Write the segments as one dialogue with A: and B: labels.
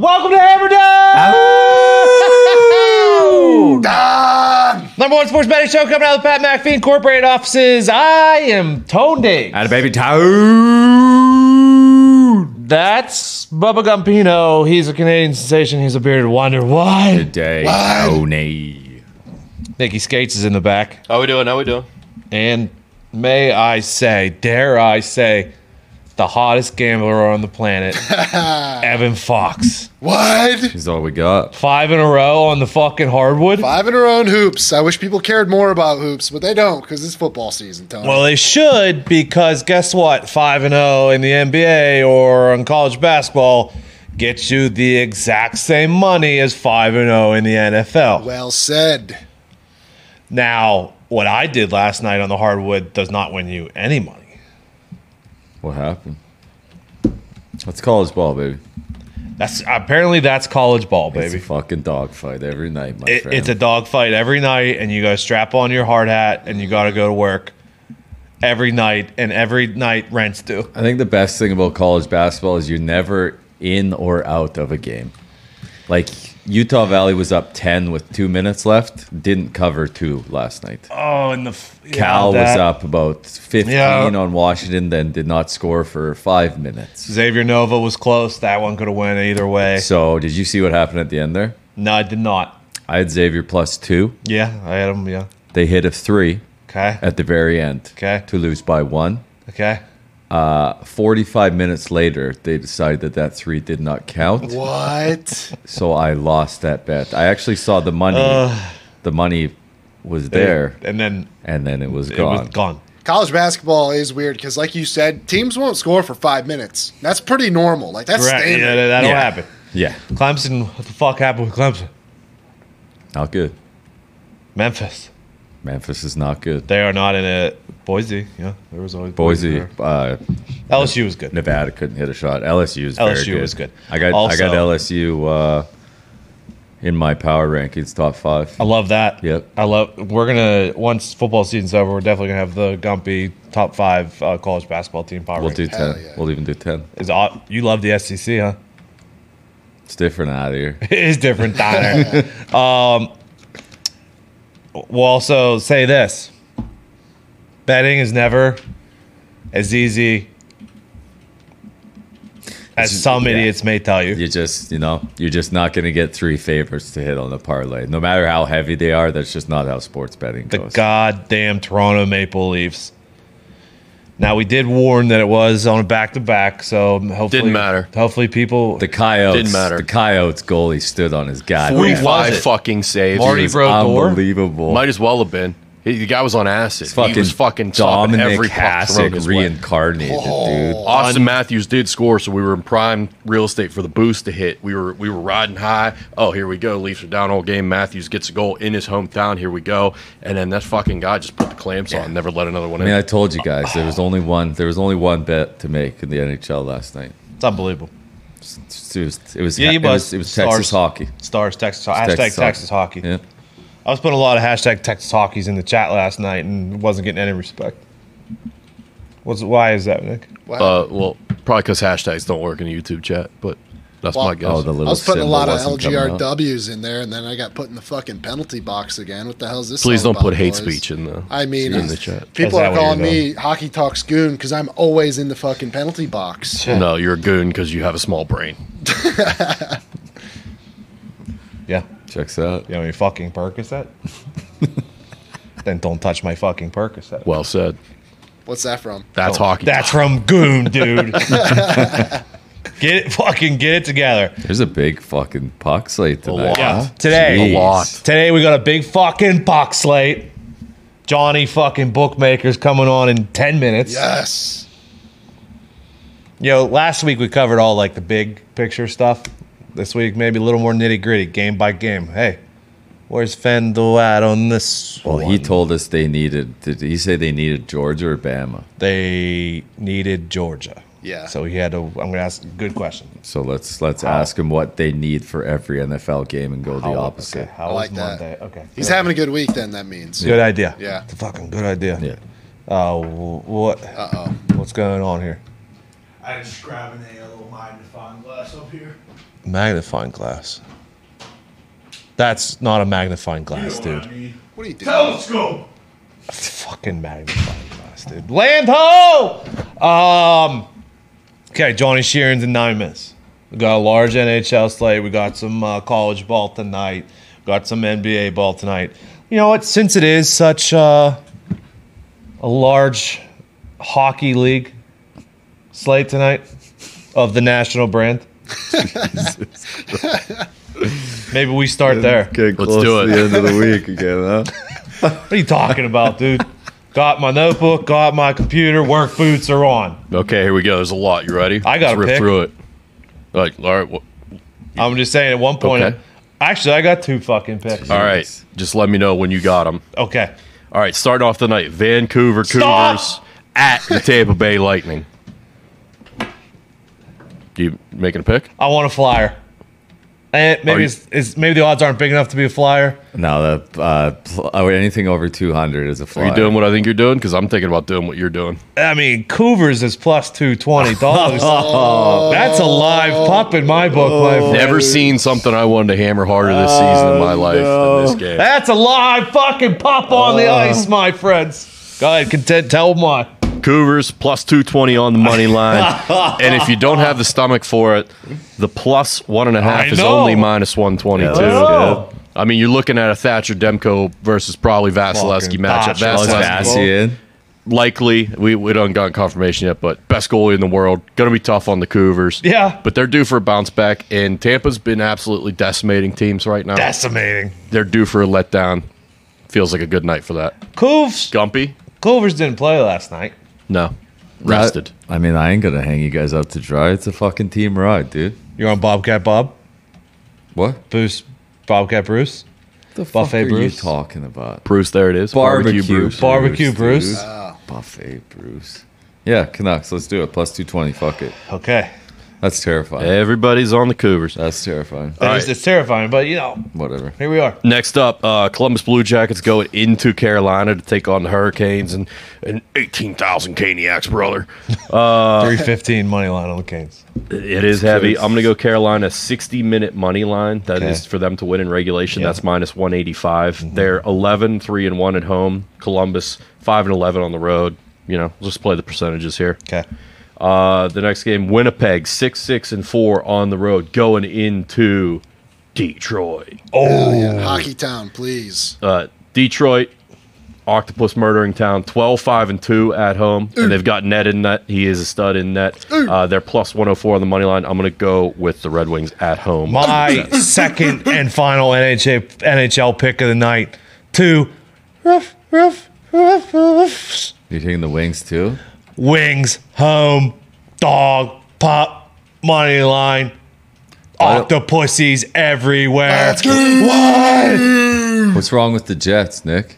A: Welcome to Hammer Ah! Down! Number one sports betting show coming out of the Pat McAfee Incorporated offices. I am Tone Diggs.
B: Had a baby toad
A: That's Bubba Gumpino. He's a Canadian sensation. He's a bearded wonder. Why?
B: today. Tony.
A: Nikki Skates is in the back.
C: How we doing? How we doing?
A: And may I say, dare I say, the hottest gambler on the planet, Evan Fox.
D: What?
B: This is all we got.
A: Five in a row on the fucking hardwood.
D: Five in a row in hoops. I wish people cared more about hoops, but they don't because it's football season, Tony.
A: Well, they should because guess what? 5 and 0 in the NBA or in college basketball gets you the exact same money as 5 and 0 in the NFL.
D: Well said.
A: Now, what I did last night on the hardwood does not win you any money.
B: What happened? That's college ball, baby.
A: That's apparently that's college ball,
B: It's a
A: baby.
B: fucking dogfight every night, my
A: It-
B: friend.
A: it's a dogfight every night and you got to strap on your hard hat and you got to go to work every night and every night rents due.
B: I think the best thing about college basketball is you're never in or out of a game. Like Utah Valley was up ten with two minutes left, didn't cover two last night.
A: Oh, and the f- yeah,
B: Cal was
A: that-
B: up about fifteen
A: Yeah.
B: on Washington, then did not score for five minutes.
A: Xavier Nova was close. That one could have went either way.
B: So did you see what happened at the end there?
A: No, I did not.
B: I had Xavier plus two.
A: Yeah, I had him. Yeah.
B: They hit a three
A: Okay.
B: at the very end
A: Okay.
B: to lose by one.
A: Okay.
B: Uh, 45 minutes later, they decided that that three did not count.
D: What?
B: So I lost that bet. I actually saw the money. the money was there,
A: And then
B: and then it was
A: it
B: gone.
A: was gone.
D: College basketball is weird because, like you said, teams won't score for five minutes. That's pretty normal. Like that's
A: Right. Yeah,
D: standard.
A: that, that'll
B: Yeah.
A: happen.
B: Yeah,
A: Clemson, what the fuck happened with Clemson?
B: not good.
A: Memphis.
B: Memphis is not good.
A: They are not in it. Boise. Yeah. There was always
B: Boise,
A: there.
B: uh,
A: LSU was good.
B: Nevada couldn't hit a shot. LSU is very
A: LSU
B: good.
A: was good.
B: I got I
A: Also-
B: got LSU uh, in my power rankings, top five.
A: I love that.
B: Yep.
A: I love. We're gonna once football season's over, we're definitely gonna have the Gumpy top five uh, college basketball team power.
B: We'll do
A: rankings.
D: Hell
B: ten.
D: yeah.
B: We'll even do ten.
A: Is au- you love the SEC, huh?
B: It's different out here.
A: It is different, Donner. um, we'll also say this betting is never as easy as
B: It's-
A: some
B: yeah.
A: idiots may tell you.
B: you just you know you're just not going to get three favorites to hit on the parlay no matter how heavy they are that's just not how sports betting
A: The
B: goes
A: goddamn Toronto Maple Leafs. Now we did warn that it was on a back to back, so hopefully
C: Didn't matter.
A: Hopefully people
B: the coyotes
C: Didn't matter.
B: the coyotes goalie stood on his guy
A: Forty-
B: It
A: was it?
C: Forty-five fucking saves.
A: Marty
B: was
A: Brodeur?
B: unbelievable
C: Might as well have been. He- the guy was on acid. he was fucking stopping
B: Dominic
C: every puck thrown
B: Hasek
C: his way.
B: reincarnated dude
C: Austin Matthews did score, so we were in prime real estate for the boost to hit. We were we were riding high. Oh, here we go. Leafs are down all game. Matthews gets a goal in his hometown. Here we go. And then that fucking guy just put the clamps on. Never let another one
B: I
C: in.
B: mean I told you guys there was only one there was only one bet to make in the NHL last night
A: it's unbelievable.
B: it was it was,
A: Yeah, you
B: it was,
A: must.
B: it was Texas
A: Stars-
B: hockey
A: Stars, Texas, hashtag Texas, hockey.
B: Yeah.
A: I was putting a lot of hashtag Texas Hockey's in the chat last night and wasn't getting any respect. What's why is that, Nick?
C: uh, well, probably because hashtags don't work in a YouTube chat, but that's
D: Well-
C: my guess.
B: oh the
D: I
B: little
D: was putting a
B: symbol
D: lot of
B: wasn't coming up.
D: LGRWs in there, and then I got put in the fucking penalty box again. What the hell is this?
C: Please
D: all
C: don't put
D: about,
C: hate
D: boys?
C: speech in the
D: I mean,
C: in the chat.
A: Is
D: people
A: that
D: are
A: what
D: calling
A: you're doing?
D: me hockey talks goon because I'm always in the fucking penalty box.
C: No, you're a goon because you have a small brain.
A: Yeah.
B: checks out
A: You know your fucking Percocet? then don't touch my fucking Percocet.
C: Well said.
D: What's that from?
C: That's hockey.
A: Oh, That's from Goon, dude. get it fucking get it together.
B: there's a big fucking puck slate tonight
C: lot.
B: huh?
A: Yeah. Today
C: A lot.
A: today we got a big fucking box slate. Johnny fucking bookmakers coming on in ten minutes.
D: Yes.
A: You know, last week we covered all like the big picture stuff. This week maybe a little more nitty gritty, game by game. Hey, where's Fendo at on this?
B: Well, he
A: one?
B: told us they needed. Did he say they needed Georgia or Bama?
A: they needed Georgia.
D: Yeah.
A: So he had to. I'm gonna ask a good question.
B: So let's let's ask him what they need for every NFL game and go the opposite.
A: Okay. How
D: I
A: was
D: like that.
A: Monday? Okay.
D: He's having a good week then, that means.
A: good idea.
D: Yeah.
A: It's a fucking good idea.
B: Yeah.
A: Uh, wh- what? Uh oh. What's going on here?
E: I just grabbing a little magnifying glass up here.
A: Magnifying glass. That's not a magnifying glass, dude.
D: What are you doing?
E: Telescope.
A: Fucking magnifying glass, dude. Land ho! Um, okay, Johnny Sheeran's in nine minutes. We got a large NHL slate. We got some uh, college ball tonight. Got some NBA ball tonight. You know what? Since it is such uh, a large hockey league slate tonight of the national brand, maybe we start there.
B: Get
C: Let's close do to it. the
B: end of the week again, huh?
A: What are you talking about, dude? got my notebook, got my computer, work boots are on.
C: Okay, here we go. There's a lot. You ready?
A: I got a
C: Let's rip
A: pick.
C: through it. Like, all right, wh-
A: I'm just saying at one point,
C: Okay.
A: actually, I got two fucking picks.
C: all right. Just let me know when you got them.
A: Okay.
C: All right, starting off the night, Vancouver
A: Stop!
C: Cougars at the Tampa Bay Lightning. You making a pick?
A: I want a flyer. And
C: Are
A: maybe
C: you-
A: it's, it's, maybe the odds aren't big enough to be a flyer.
B: No, the uh, pl- oh, anything over 200 is a
C: Are
B: flyer.
C: you doing what I think you're doing? Because I'm thinking about doing what you're doing.
A: I mean, Cougars is plus two twenty dollars.
C: Oh.
A: That's a live pup in my book, my friend.
C: Never seen something I wanted to hammer harder this season in my
A: Oh,
C: life than this game.
A: That's a live fucking pup on
C: Oh.
A: the ice, my friends. Go ahead, content. Tell them why.
C: Cougars plus 220 on the money line. and if you don't have the stomach for it, the plus one and a
A: I
C: half is
A: know.
C: only minus 122.
B: Yeah, that's
A: Oh.
C: I mean, you're looking at a Thatcher Demko versus probably Vasilevsky
A: Fucking
C: matchup.
A: Thatcher. Oh,
B: Oh, is
A: That's cool.
C: Vasilevsky
B: Vassy in?
C: likely we, we don't got confirmation yet, but best goalie in the world. Gonna be tough on the Cougars.
A: Yeah.
C: But they're due for a bounce back, and Tampa's been absolutely decimating teams right now.
A: Decimating.
C: they're due for a letdown. Feels like a good night for that.
A: Coovs.
C: Gumpy?
A: Cougars didn't play last night.
C: No. Rested.
B: I, I mean, I ain't gonna hang you guys up to dry. It's a fucking team ride, dude.
A: You're on Bobcat Bob.
B: What
A: Bruce. Bobcat Bruce.
B: the fuck
A: Buffet
B: are
A: Bruce?
B: you talking about?
C: Bruce, there it is. Bruce.
A: Barbecue Bruce.
B: dude. Buffet Bruce. Yeah, Canucks. Let's do it. Plus 220. Fuck it.
A: Okay.
B: That's terrifying.
C: Everybody's on the Cougars.
B: That's terrifying.
A: That
C: All
A: is-
C: right.
A: It's terrifying, but you know,
B: Whatever.
A: here we are.
C: Next up, uh, Columbus Blue Jackets going into Carolina to take on the Hurricanes and, and 18,000 Caniacs, brother. Uh,
A: 315 money line on the Canes.
C: It is heavy. I'm going to go Carolina 60 minute money line. That is
A: Okay.
C: for them to win in regulation. That's minus 185. They're 11, 3 and 1 at home. Columbus 5 and 11 on the road. You know, just play the percentages here.
A: Okay.
C: Uh, the next game, Winnipeg 6 6 and 4 on the road going into Detroit.
D: Hockey Town, please.
C: Uh, Detroit Octopus murdering town 12 5 and 2 at home and they've got net in net he is a stud in net uh, they're plus 104 on the money line i'm going to go with the red wings at home
A: My second and final NHA, NHL pick of the night. Two ruff, ruff, ruff, ruffs.
B: You're taking the wings too?
A: wings, home, dog, pop, money line, octopussies everywhere.
B: What's wrong with the Jets, Nick?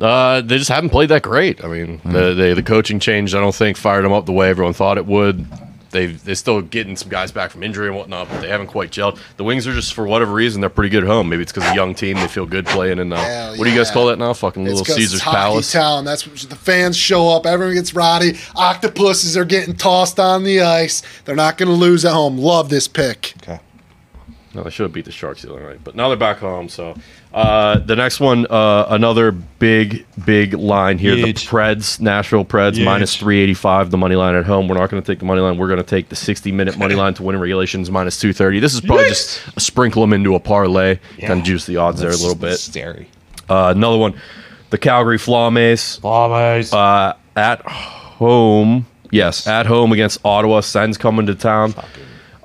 C: Uh, they just haven't played that great. I mean,
D: Hmm.
C: the, they, the coaching change, I don't think, fired them up the way everyone thought it would. They they're still getting some guys back from injury and whatnot, but they haven't quite gelled. The Wings are just for whatever reason they're pretty good at home. Maybe it's because a young team they feel good playing in. Uh,
D: Hell
C: what do you guys
D: yeah.
C: call that now? Fucking
D: It's
C: Little
D: 'cause
C: Caesar's
D: it's Hockey
C: Palace.
D: Town. That's what the fans show up. Everyone gets rowdy. Octopuses are getting tossed on the ice. They're not going to lose at home. Love this pick.
A: Okay.
C: No, they should have beat the Sharks the other night, but now they're back home. So uh, the next one, uh, another big, big line here.
A: Huge.
C: The Preds, Nashville Preds,
A: Huge.
C: minus 385, the money line at home. We're not going to take the money line. We're going to take the 60 minute money line to win in regulations, minus 230. This is probably just a sprinkle them into a parlay, kind of juice the odds there a little bit.
A: Scary.
C: Uh, another one, the Calgary Flames, uh, at home. Yes, at home against Ottawa. Sens coming to town.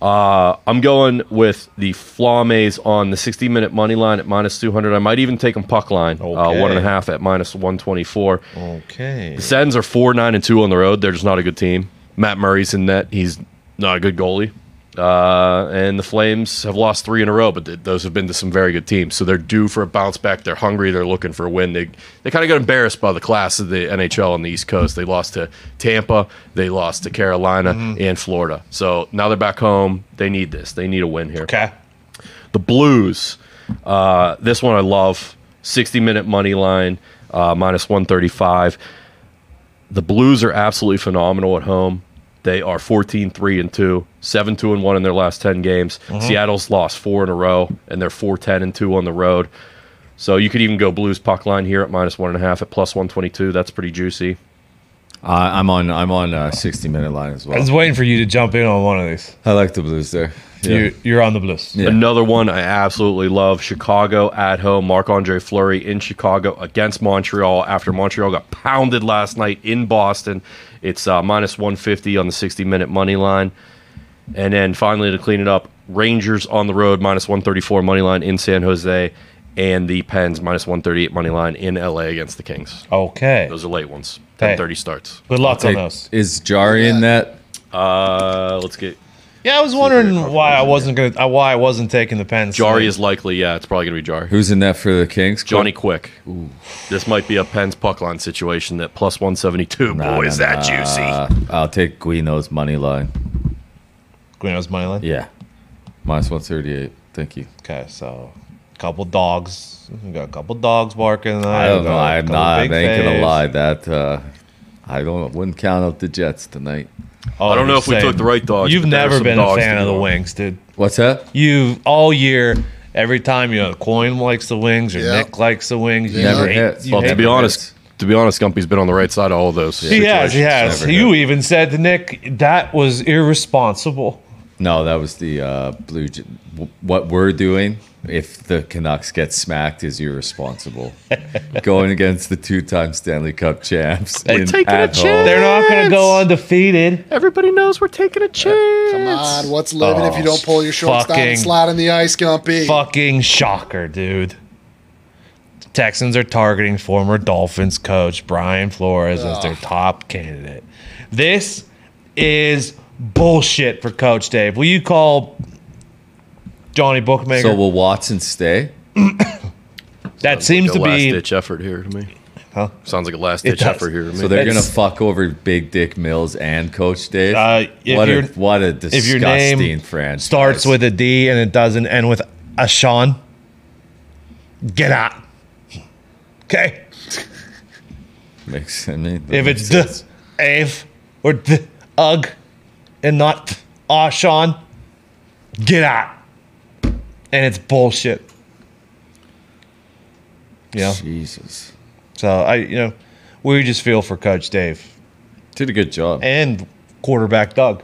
C: Uh, I'm going with the Flames on the 60 minute money line at minus 200. I might even take them puck line,
A: Okay.
C: uh, one and a half at minus 124.
A: okay.
C: The Sens are four nine and two on the road. They're just not a good team. Matt Murray's in net. He's not a good goalie. Uh, and the Flames have lost three in a row, but th- those have been to some very good teams. So they're due for a bounce back. They're hungry. They're looking for a win. They they kind of got embarrassed by the class of the NHL on the East Coast. They lost to Tampa. They lost to Carolina and Florida. So now they're back home. They need this. They need a win here.
A: Okay.
C: The Blues. Uh, this one I love. 60 minute money line, uh, minus 135. The Blues are absolutely phenomenal at home. They are 14 3 and 2, 7 2 and 1 in their last 10 games. Seattle's lost four in a row, and they're 4 10 and 2 on the road. So you could even go Blues puck line here at minus one and a half at plus 122. That's pretty juicy.
B: I I'm on. I'm on a 60 minute line as
A: I was
B: well.
A: waiting for you to jump in on one of these.
B: I like the Blues there. Yeah.
A: You, you're on the Blues.
B: Yeah.
C: Another one I absolutely love Chicago at home. Marc Andre Fleury in Chicago against Montreal after Montreal got pounded last night in Boston. It's uh, minus 150 on the 60 minute money line. And then finally, to clean it up, Rangers on the road minus 134 money line in San Jose and the Pens minus 138 money line in LA against the Kings.
A: Okay.
C: Those are late ones.
A: Hey.
C: 1030 starts.
A: Good luck on
B: Take-
A: those.
B: is Jari in that?
C: Uh, let's get.
A: Yeah, I was wondering why I wasn't gonna uh, why I wasn't taking the Pens.
C: Jari is likely. Yeah, it's probably going to be Jari.
B: Who's in that for the Kings?
C: Johnny Quick. This might be a Penn's puck line situation that plus 172.
B: Nah,
C: Boy,
B: nah,
C: is that
B: nah.
C: juicy.
B: I'll take Guino's money line.
A: Greenhouse money line.
B: Yeah, minus 138. Thank you.
A: Okay, so couple dogs. We got a couple dogs barking.
B: I don't know. I'm not. I ain't gonna
A: lie.
B: lie. That uh, I don't. Wouldn't count out the Jets tonight.
A: Oh,
C: I don't know
A: you're
C: if we took
A: saying-
C: the right dogs,
A: You've
C: but there were
A: never
C: some
A: been a
C: dogs
A: fan
C: to
A: of the
C: go on.
A: wings, dude.
B: What's that?
A: You've all year, every time you know, coin likes the wings or
D: Yeah.
A: Nick likes the wings. You
B: Never
A: hate-
B: hits.
A: you
B: Well,
A: hate
C: To be
A: the
C: honest, to be honest, Gumpy's been on the right side of all of those.
A: Wings. He has, he
B: situations
A: has.
B: never
A: You even said to Nick, that was irresponsible.
B: No, that was the uh, Blue. J- w- what we're doing, if the Canucks get smacked, is irresponsible. Going against the two-time Stanley Cup champs. We're
C: taking a chance.
A: They're not going to go undefeated.
C: Everybody knows we're taking a chance.
D: Come on, what's living if you don't pull your shorts down
A: fucking-
D: and slide in the ice, Gumpy?
A: Fucking shocker, dude. Texans are targeting former Dolphins coach Brian Flores as their top candidate. This is bullshit for Coach Dave. Will you call Johnny Bookmaker?
B: So will Watson stay?
A: that seems to
C: last
A: be
C: ditch effort here to me.
A: Huh?
C: Sounds like a last
A: It
C: ditch
A: does.
C: effort here to me.
B: So they're gonna
A: That's-
B: fuck over Big Dick Mills and Coach Dave.
A: Uh, if
B: what a
A: your-
B: what a disgusting
A: if your name
B: franchise.
A: starts with a D and it doesn't end with a Sean. Get out. Okay.
B: Makes, I mean, that
A: If
B: makes
A: it's d,
B: sense.
A: Ave, or d, Ugh, and not Ah Sean, get out. And it's bullshit. You know,
B: Jesus,
A: so I, you know, we just feel for Coach Dave
B: did a good job.
A: and quarterback Doug.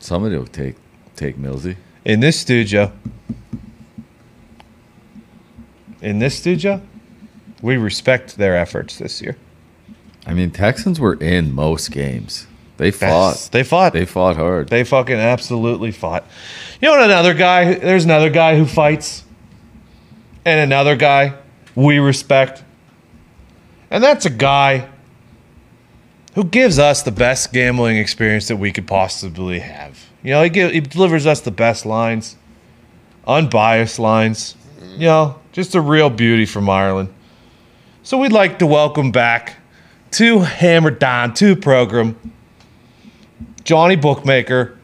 B: Somebody will take take Millsy.
A: In this studio, in this studio, we respect their efforts this year.
B: I mean, Texans were in most games. They
A: That's-
B: fought.
A: They fought.
B: They fought hard.
A: They fucking absolutely fought. You know what? Another guy. There's another guy who fights, and another guy we respect, and that's a guy who gives us the best gambling experience that we could possibly have. You know, he give, he delivers us the best lines, unbiased lines. You know, just a real beauty from Ireland. So we'd like to welcome back to Hammer Down Two program. Johnny Bookmaker,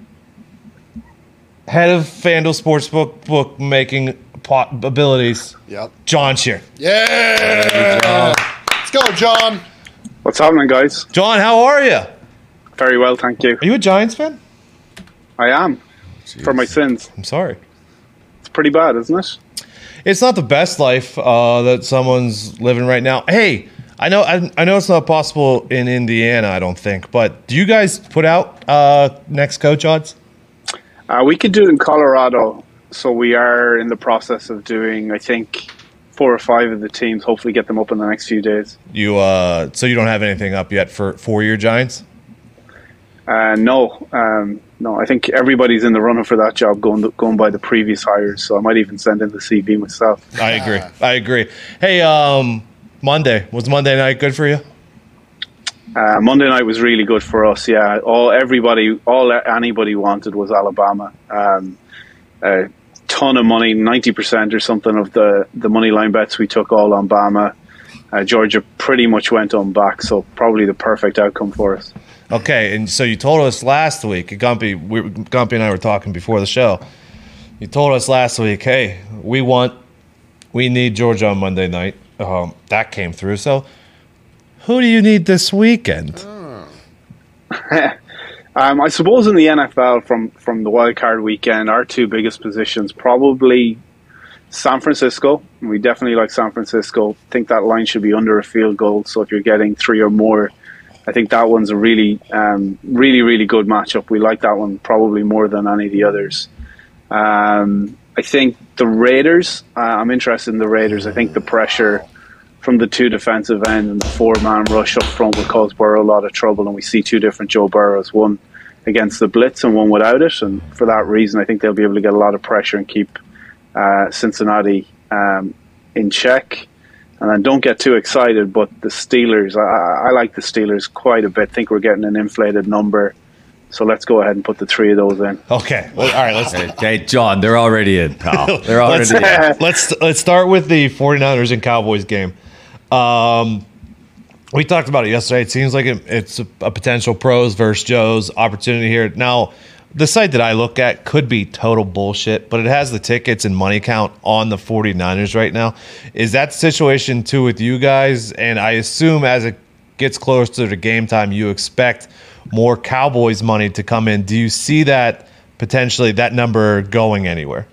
A: head of FanDuel Sportsbook bookmaking pot abilities,
D: Yep.
A: John Shear.
D: Yeah. Let's go, John.
E: What's happening, guys?
A: John, how are you? Are
E: Very well, thank you.
A: you a Giants fan?
E: I am for my sins.
A: I'm sorry.
E: It's pretty bad, isn't it?
A: It's not the best life uh, that someone's living right now. Hey, I know I, I know it's not possible in Indiana, I don't think, but do you guys put out uh, next coach odds?
E: Uh, we could do it in Colorado, so we are in the process of doing, I think, four or five of the teams. Hopefully, get them up in the next few days.
A: You uh, so you don't have anything up yet for for your Giants?
E: Uh, no, um, no, I think everybody's in the running for that job, going going by the previous hires. So I might even send in the CV myself.
A: I agree. I agree. Hey, um, Monday was Monday night good for you?
E: Uh, Monday night was really good for us. Yeah, all everybody, all anybody wanted was Alabama. Um, a ton of money, ninety percent or something of the the money line bets we took all on Bama. Uh, Georgia pretty much went on back, so probably the perfect outcome for us.
A: Okay, and so you told us last week, Gumpy, we, Gumpy and I were talking before the show. You told us last week, hey, we want, we need Georgia on Monday night. Um, that came through. So, who do you need this weekend?
E: Um, I suppose in the NFL from from the wild card weekend, our two biggest positions probably San Francisco. We definitely like San Francisco. Think that line should be under a field goal. So if you're getting three or more, I think that one's a really, um, really, really good matchup. We like that one probably more than any of the others. Um, I think the Raiders. Uh, I'm interested in the Raiders. I think the pressure from the two defensive end and the four man rush up front will cause Burrow a lot of trouble. And we see two different Joe Burrows, one against the blitz and one without it. And for that reason, I think they'll be able to get a lot of pressure and keep uh, Cincinnati um, in check. And then don't get too excited, but the Steelers, I, I like the Steelers quite a bit. think we're getting an inflated number. So let's go ahead and put the three of those in.
A: Okay. Well, all right. Let's
B: Hey, hey, John, they're already in, pal. They're already
A: let's,
B: in.
A: let's let's start with the 49ers and Cowboys game. Um, we talked about it yesterday. It seems like it, it's a, a potential pros versus Joes opportunity here. Now, the site that I look at could be total bullshit, but it has the tickets and money count on the 49ers right now. Is that situation too with you guys? And I assume as it gets closer to game time, you expect more Cowboys money to come in. Do you see that potentially that number going anywhere?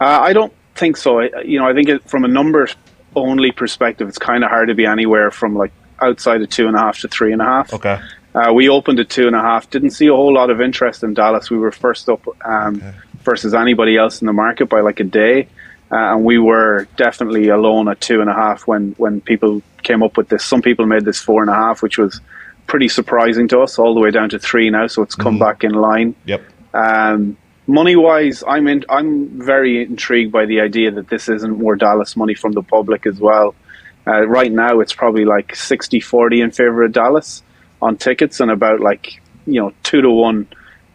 E: Uh, I don't think so. I, you know, I think it, from a numbers only perspective, it's kind of hard to be anywhere from like outside of two and a half to three and a half.
A: Okay.
E: Uh, we opened at two and a half. Didn't see a whole lot of interest in Dallas. We were first up um, versus anybody else in the market by like a day, uh, and we were definitely alone at two and a half when when people came up with this. Some people made this four and a half, which was pretty surprising to us. All the way down to three now, so it's come back in line.
A: Yep.
E: Um, money wise, I'm in, I'm very intrigued by the idea that this isn't more Dallas money from the public as well. Uh, right now, it's probably like 60 40 in favor of Dallas on tickets and about like, you know, two to one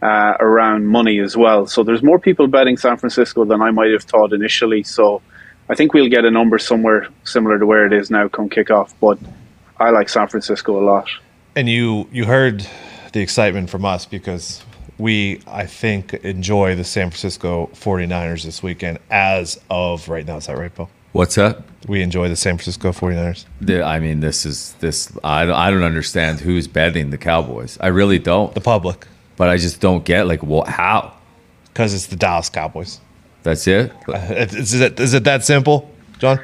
E: uh, around money as well. So there's more people betting San Francisco than I might have thought initially. So I think we'll get a number somewhere similar to where it is now come kickoff. But I like San Francisco a lot.
A: and you you heard the excitement from us because we i think enjoy the san francisco 49ers this weekend as of right now is that right Bo?
B: What's up?
A: we enjoy the san francisco 49ers
B: The- I mean, this is this. I don't, I don't understand who's betting the Cowboys. I really don't.
A: the public
B: But I just don't get like what how.
A: because it's the dallas cowboys
B: That's it.
A: is it, is it that simple john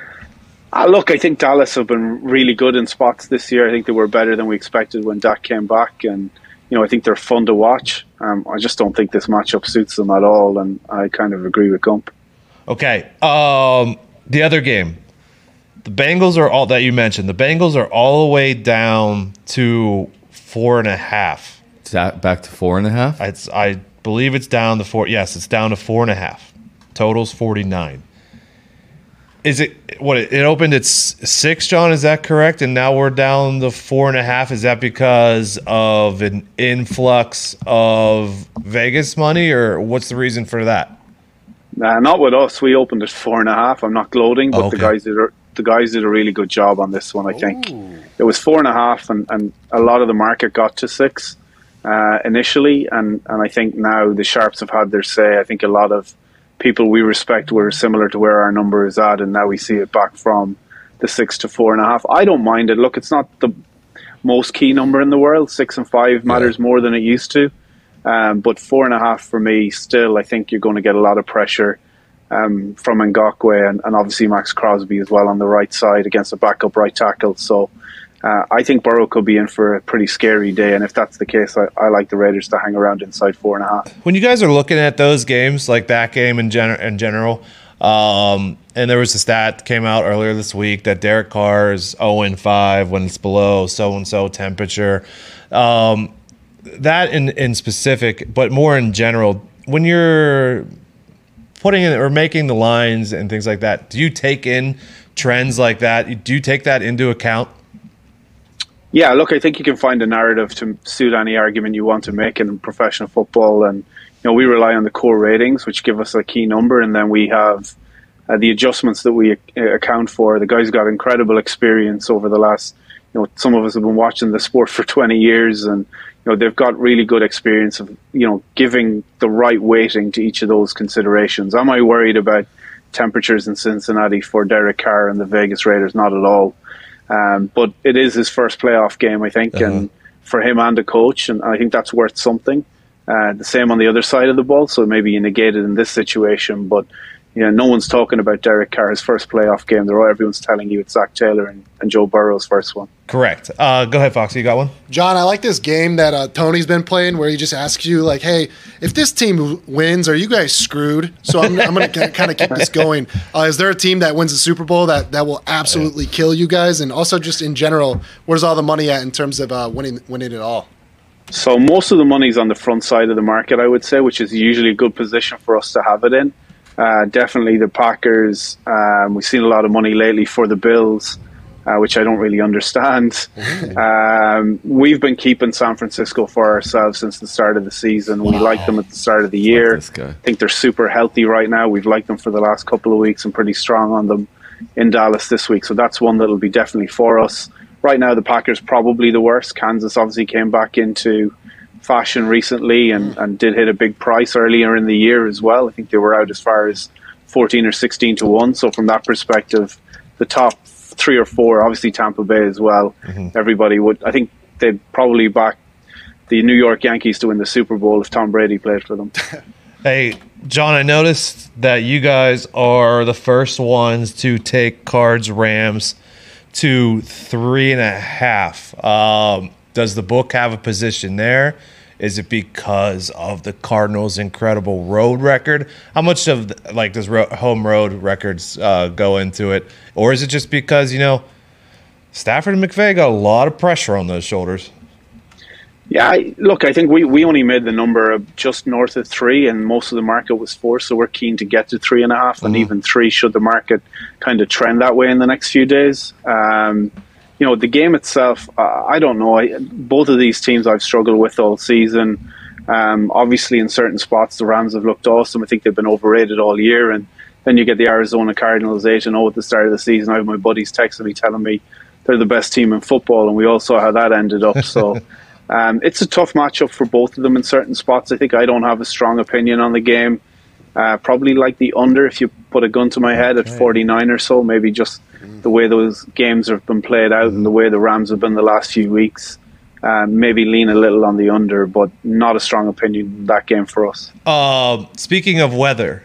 E: Ah, look, I think Dallas have been really good in spots this year. I think they were better than we expected when Dak came back, and you know I think they're fun to watch. Um, I just don't think this matchup suits them at all, and I kind of agree with Gump.
A: Okay. Um, the other game, the Bengals are all that you mentioned. The Bengals are all the way down to four and a half.
B: Is that back to four and a half?
A: It's, I believe it's down to four. Yes, it's down to four and a half. Totals forty nine. Is it what it it opened at s- six, John? Is that correct? And now we're down to four and a half. Is that because of an influx of Vegas money, or what's the reason for that?
E: Uh, not with us. We opened at four and a half. I'm not gloating, but
A: Okay.
E: the guys did a, the guys did a really good job on this one. I think it was four and a half, and, and a lot of the market got to six uh, initially, and and I think now the sharps have had their say. I think a lot of people we respect were similar to where our number is at, and now we see it back from the six to four and a half. I don't mind it. Look, it's not the most key number in the world. Six and five matters more than it used to. Um, but four and a half for me, still, I think you're going to get a lot of pressure um, from Ngakwe and, and obviously Max Crosby as well on the right side against a backup right tackle. So uh, I think Burrow could be in for a pretty scary day. And if that's the case, I, I like the Raiders to hang around inside four and a half.
A: when you guys are looking at those games, like that game in, gen- in general, um, and there was a stat that came out earlier this week that Derek Carr is 0 and 5 when it's below so and so temperature. Um, that in, in specific, but more in general, when you're putting in or making the lines and things like that, do you take in trends like that? Do you take that into account?
E: Yeah, look, I think you can find a narrative to suit any argument you want to make in professional football, and you know we rely on the core ratings, which give us a key number, and then we have uh, the adjustments that we uh, account for. The guy's got incredible experience over the last, you know, some of us have been watching the sport for twenty years, and you know they've got really good experience of you know giving the right weighting to each of those considerations. Am I worried about temperatures in Cincinnati for Derek Carr and the Vegas Raiders? Not at all. Um, but it is his first playoff game, I think, and for him and the coach, and I think that's worth something. Uh, the same on the other side of the ball, so maybe you negate it in this situation, but you know, no one's talking about Derek Carr's first playoff game. They're all everyone's telling you it's Zach Taylor and, and Joe Burrow's first one.
A: Correct. Uh, go ahead, Foxy. You got one?
D: John, I like this game that uh, Tony's been playing where he just asks you, like, hey, if this team w- wins, are you guys screwed? So I'm, I'm going to kind of keep this going. Uh, is there a team that wins the Super Bowl that, that will absolutely kill you guys? And also, just in general, where's all the money at in terms of uh, winning, winning it all?
E: So most of the money's on the front side of the market, I would say, which is usually a good position for us to have it in. Uh, definitely the Packers. Um, we've seen a lot of money lately for the Bills, uh, which I don't really understand.
B: Mm-hmm.
E: um, we've been keeping San Francisco for ourselves since the start of the season. We liked them at the start of the year.
B: this guy.
E: I think they're super healthy right now. We've liked them for the last couple of weeks and pretty strong on them in Dallas this week. So that's one that'll be definitely for us. Right now, the Packers probably the worst. Kansas obviously came back into fashion recently and, and did hit a big price earlier in the year as well. I think they were out as far as 14 or 16 to 1. So, from that perspective, the top three or four, obviously Tampa Bay as well, everybody would, I think they'd probably back the New York Yankees to win the Super Bowl if Tom Brady played for them.
A: Hey, John, I noticed that you guys are the first ones to take cards Rams to three and a half. Um, does the book have a position there? Is it because of the Cardinals' incredible road record? How much of the, like does ro- home road records uh, go into it, or is it just because you know Stafford and McVay got a lot of pressure on those shoulders?
E: Yeah, I, look, I think we, we only made the number of just north of three, and most of the market was four. So we're keen to get to three and a half, and even three should the market kind of trend that way in the next few days. Um, you know, the game itself, uh, I don't know. I, both of these teams I've struggled with all season. Um, obviously, in certain spots, the Rams have looked awesome. I think they've been overrated all year, and then you get the Arizona Cardinals eight and zero at the start of the season. I have my buddies texting me telling me they're the best team in football, and we all saw how that ended up. So. Um, it's a tough matchup for both of them in certain spots. I think I don't have a strong opinion on the game. Uh, probably like the under if you put a gun to my head at 49 or so, maybe just the way those games have been played out and the way the Rams have been the last few weeks. Um, maybe lean a little on the under, but not a strong opinion in that game for us.
A: Um, speaking of weather,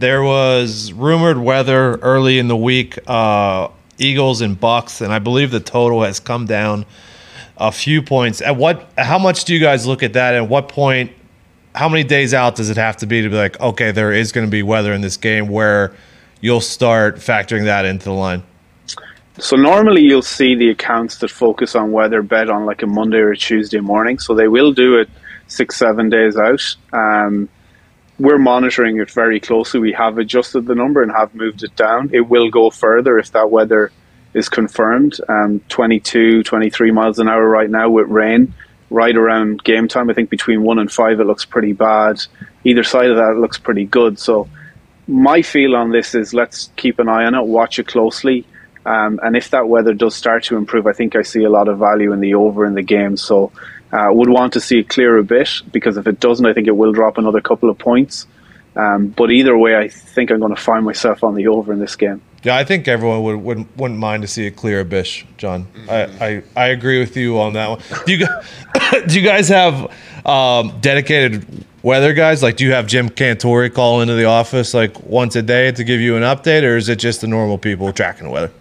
A: there was rumored weather early in the week. Uh, Eagles and Bucks, and I believe the total has come down a few points. At what? How much do you guys look at that? At what point? How many days out does it have to be to be like, okay, there is going to be weather in this game where you'll start factoring that into the line?
E: So normally you'll see the accounts that focus on weather bet on like a Monday or a Tuesday morning. So they will do it six, seven days out. Um, we're monitoring it very closely. We have adjusted the number and have moved it down. It will go further if that weather is confirmed. Um, 22, 23 miles an hour right now with rain. Right around game time, I think between one and five, it looks pretty bad. Either side of that, it looks pretty good. So my feel on this is let's keep an eye on it, watch it closely. Um, and if that weather does start to improve, I think I see a lot of value in the over in the game. So I uh, would want to see it clear a bit because if it doesn't, I think it will drop another couple of points. Um, but either way, I think I'm going to find myself on the over in this game.
A: Yeah, I think everyone would, would wouldn't mind to see a clear bish, John. I, I, I agree with you on that one. Do you gu- do you guys have um, dedicated weather guys? Like, do you have Jim Cantori call into the office like once a day to give you an update, or is it just the normal people tracking the weather?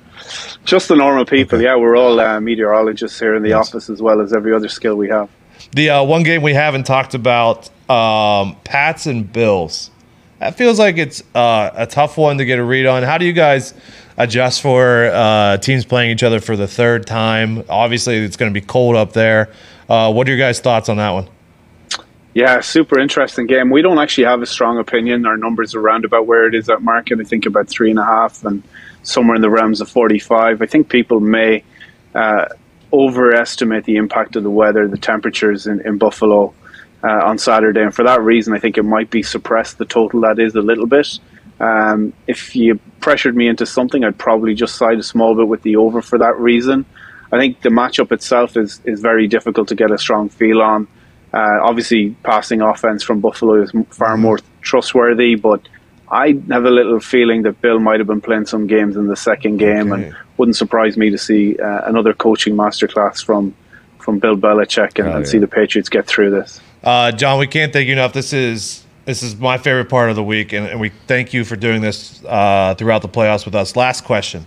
E: Just the normal people. Yeah, we're all uh, meteorologists here in the office as well as every other skill we have.
A: The uh, one game we haven't talked about, um, Pats and Bills. That feels like it's uh, a tough one to get a read on. How do you guys adjust for uh, teams playing each other for the third time? Obviously, it's going to be cold up there. Uh, what are your guys' thoughts on that one?
E: Yeah, super interesting game. We don't actually have a strong opinion. Our numbers are around about where it is at market. I think about three and a half and somewhere in the realms of 45. I think people may uh, overestimate the impact of the weather, the temperatures in, in Buffalo uh, on Saturday. And for that reason, I think it might be suppressed, the total that is, a little bit. Um, if you pressured me into something, I'd probably just side a small bit with the over for that reason. I think the matchup itself is, is very difficult to get a strong feel on. Uh, obviously, passing offense from Buffalo is m- far more trustworthy, but I have a little feeling that Bill might have been playing some games in the second game, and wouldn't surprise me to see uh, another coaching masterclass from from Bill Belichick and,
B: Oh,
E: and
B: yeah.
E: see the Patriots get through this.
A: Uh, John, we can't thank you enough. This is this is my favorite part of the week, and, and we thank you for doing this uh, throughout the playoffs with us. Last question: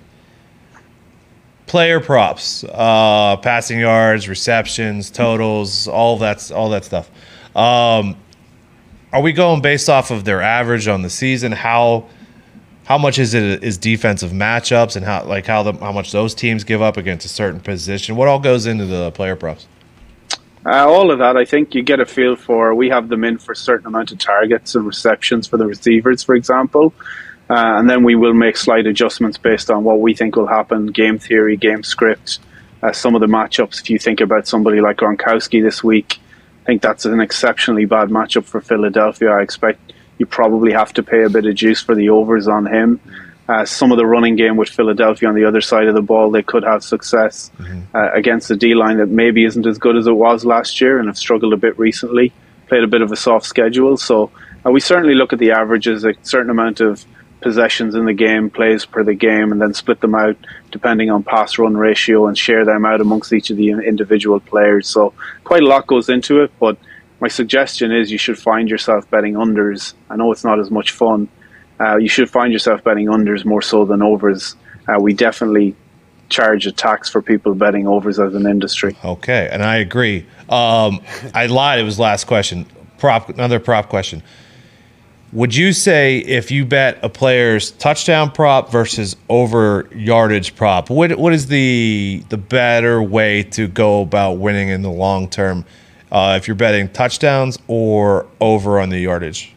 A: player props, uh, passing yards, receptions, totals, all that's all that stuff. Um, are we going based off of their average on the season? How how much is it is defensive matchups, and how like how the, how much those teams give up against a certain position? What all goes into the player props?
E: Uh, all of that, I think you get a feel for. We have them in for a certain amount of targets and receptions for the receivers, for example. Uh, and then we will make slight adjustments based on what we think will happen game theory, game script, uh, some of the matchups. If you think about somebody like Gronkowski this week, I think that's an exceptionally bad matchup for Philadelphia. I expect you probably have to pay a bit of juice for the overs on him. Uh, some of the running game with Philadelphia on the other side of the ball, they could have success uh, against the D line that maybe isn't as good as it was last year and have struggled a bit recently. Played a bit of a soft schedule, so uh, we certainly look at the averages, a certain amount of possessions in the game, plays per the game, and then split them out depending on pass run ratio and share them out amongst each of the in- individual players. So quite a lot goes into it, but my suggestion is you should find yourself betting unders. I know it's not as much fun. Uh, you should find yourself betting unders more so than overs. Uh, we definitely charge a tax for people betting overs as an industry.
A: Okay, and I agree. Um, I lied. It was last question. Prop, another prop question. Would you say if you bet a player's touchdown prop versus over yardage prop, what what is the the better way to go about winning in the long term? Uh, if you're betting touchdowns or over on the yardage,